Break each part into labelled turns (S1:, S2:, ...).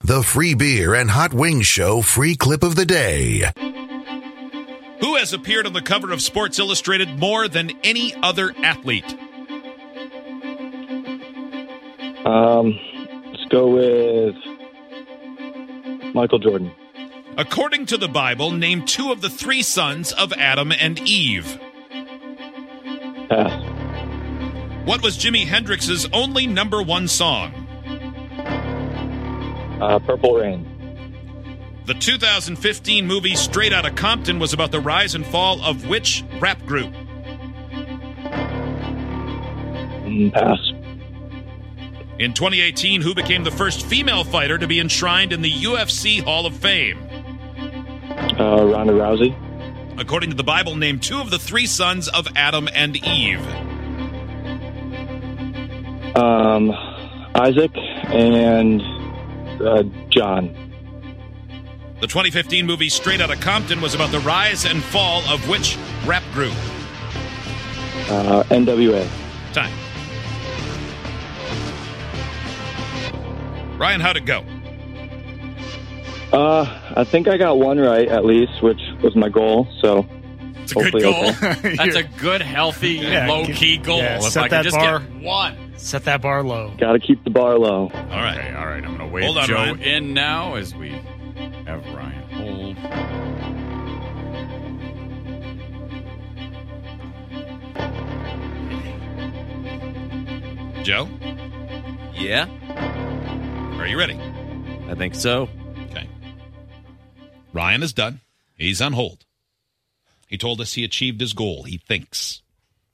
S1: The free beer and hot wings show free clip of the day.
S2: Who has appeared on the cover of Sports Illustrated more than any other athlete?
S3: Um, let's go with Michael Jordan.
S2: According to the Bible, name two of the three sons of Adam and Eve.
S3: Pass.
S2: What was Jimi Hendrix's only number one song?
S3: Uh, Purple Rain.
S2: The 2015 movie Straight Outta Compton was about the rise and fall of which rap group?
S3: Mm, Pass.
S2: In 2018, who became the first female fighter to be enshrined in the UFC Hall of Fame?
S3: Uh, Ronda Rousey.
S2: According to the Bible, name two of the three sons of Adam and Eve.
S3: Um, Isaac and uh, John.
S2: The 2015 movie Straight Outta Compton was about the rise and fall of which rap group?
S3: Uh, NWA.
S2: Time. Ryan, how'd it go?
S3: Uh, I think I got one right at least, which was my goal. So
S2: It's a good
S3: Hopefully,
S2: goal.
S3: okay.
S4: That's a good, healthy,
S5: Yeah,
S4: low
S5: give-
S4: key goal.
S5: yeah,
S4: if
S5: set
S4: I could
S5: that
S4: just
S5: bar.
S4: get one.
S5: Set that bar low.
S3: got to keep the bar
S2: All
S3: low.
S2: right.
S4: Okay, all right. I'm going to wave
S2: Hold on,
S4: Joe
S2: Ryan.
S4: in now as we have Ryan hold.
S2: Joe,
S6: Yeah,
S2: are you ready?
S6: I think so.
S2: Okay. Ryan is done. He's on hold. He told us he achieved his goal, he thinks.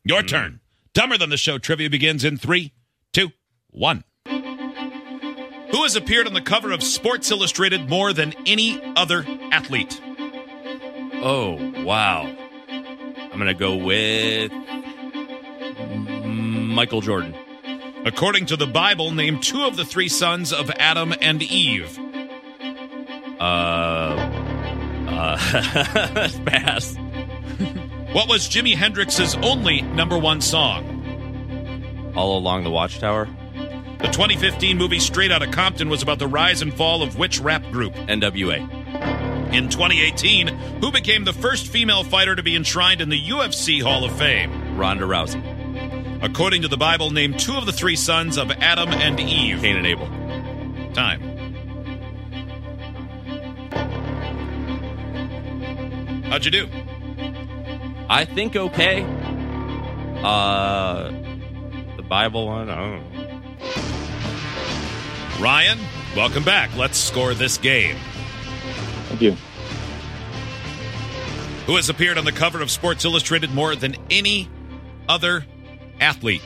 S2: Your turn. Dumber Than the Show trivia begins in three, two, one. Who has appeared on the cover of Sports Illustrated more than any other athlete?
S6: Oh, wow. I'm going to go with Michael Jordan.
S2: According to the Bible, name two of the three sons of Adam and Eve.
S6: Uh, uh, pass.
S2: What was Jimi Hendrix's only number one song?
S6: All along the Watchtower,
S2: The 2015 movie Straight Outta Compton was about the rise and fall of which rap group?
S6: NWA.
S2: In 2018, who became the first female fighter to be enshrined in the UFC Hall of Fame?
S6: Ronda Rousey,
S2: According to the Bible, name two of the three sons of Adam and Eve.
S6: Cain and Abel.
S2: Time. How'd you do?
S6: I think okay. Uh, the Bible one. I don't know.
S2: Ryan, welcome back. Let's score this game.
S3: Thank you.
S2: Who has appeared on the cover of Sports Illustrated more than any other athlete?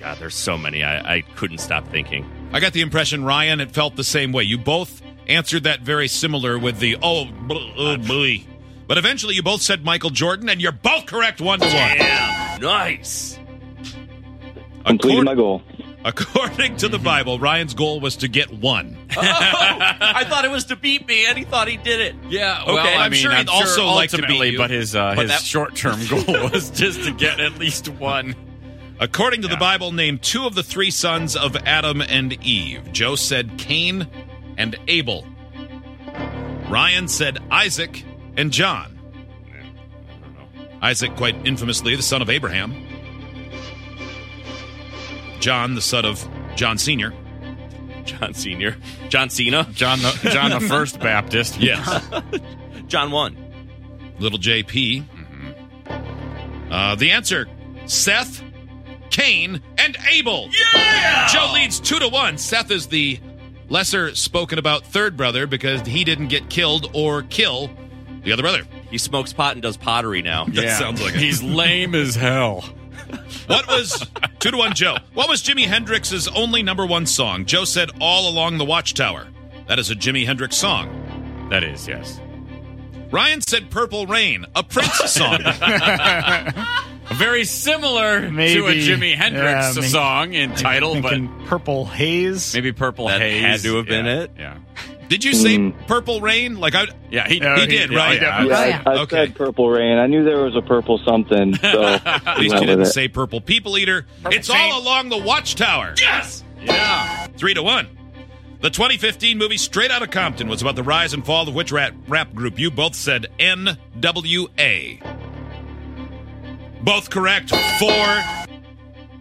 S6: God, there's so many. I, I couldn't stop thinking.
S2: I got the impression, Ryan, it felt the same way. You both answered that very similar with the oh, bl- oh boy. But eventually you both said Michael Jordan, and you're both correct one to one.
S6: Nice.
S3: Completed
S2: Accord-
S3: my goal.
S2: According to the Bible, Ryan's goal was to get one.
S6: I thought it was to beat me, and he thought he did it.
S4: Yeah,
S2: well, I mean, I'm sure ultimately,
S4: but his uh, his
S6: his
S4: short term goal was just to get at least one.
S2: According to the Bible, name two of the three sons of Adam and Eve. Joe said Cain and Abel. Ryan said Isaac and John. Isaac, quite infamously, the son of Abraham. John, the son of John Sr.
S6: John Senior, John Cena,
S4: John the John the First Baptist.
S2: Yes.
S6: John One.
S2: Little JP. Uh, the answer Seth, Cain, and Abel. Yeah! Joe leads two to one. Seth is the lesser spoken about third brother because he didn't get killed or kill the other brother.
S6: He smokes pot and does pottery now.
S2: That sounds like it.
S4: he's lame as hell.
S2: What was two to one, Joe? What was Jimi Hendrix's only number one song? Joe said All Along the Watchtower. That is a Jimi Hendrix song.
S4: That is yes,
S2: Ryan said Purple Rain, a Prince song.
S4: very similar to a
S5: Maybe.
S4: Jimi
S5: Yeah,
S4: Hendrix
S5: I mean,
S4: song in title, but
S5: Thinking purple haze.
S4: maybe Purple
S6: That
S4: Haze
S6: had to have been
S4: Yeah,
S6: it.
S4: Yeah,
S2: Did you say
S3: Mm.
S2: Purple Rain? Like I
S4: yeah, he,
S5: Yeah,
S2: he did,
S4: yeah,
S2: right?
S4: yeah.
S3: Yeah, I, I
S2: Oh, Okay.
S3: said Purple Rain. I knew there was a purple something. So
S2: At least you didn't say purple people eater. it's all along the watchtower. Yes. Yeah. Three to one. The 2015 movie Straight Outta Compton was about the rise and fall of which rap, rap group? You both said N.W.A. Both correct. Four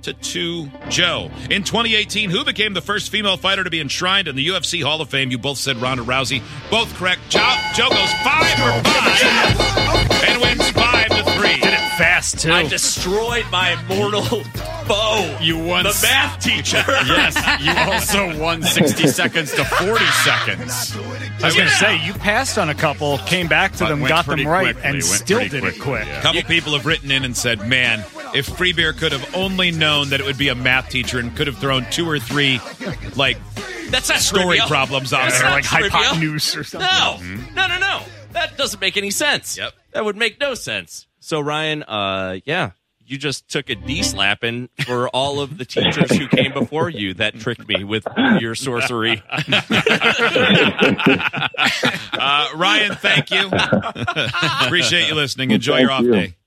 S2: to two. Joe. In 2018, who became the first female fighter to be enshrined in the UFC Hall of Fame? You both said Ronda Rousey. Both correct. Joe, Joe goes five for five and wins five to three.
S5: Did it fast too.
S6: I destroyed my mortal foe.
S4: You won.
S6: the math teacher.
S4: yes. You also won 60 seconds to 40 seconds.
S5: I was going to say you passed on a couple, came back to
S4: But
S5: them,
S4: went
S5: got
S4: pretty
S5: them right,
S4: quickly,
S5: and
S4: went
S5: still
S4: pretty
S5: did it
S4: quickly,
S5: quick.
S4: yeah.
S2: couple people have written in and said, "Man, if Free Beer could have only known that it would be a math teacher and could have thrown two or three, like,
S6: That's not
S2: Story
S6: trivial.
S2: problems on
S6: That's
S2: there,
S6: not
S5: like
S6: trivial.
S5: hypotenuse or something.
S6: No, no, no, no. That doesn't make any sense.
S2: Yep.
S6: That would make no sense. So Ryan, uh, yeah, you just took a D slapping for all of the teachers who came before you that tricked me with your sorcery.
S2: uh, Ryan, thank you. Appreciate you listening. Enjoy your off
S3: Thank you.
S2: day.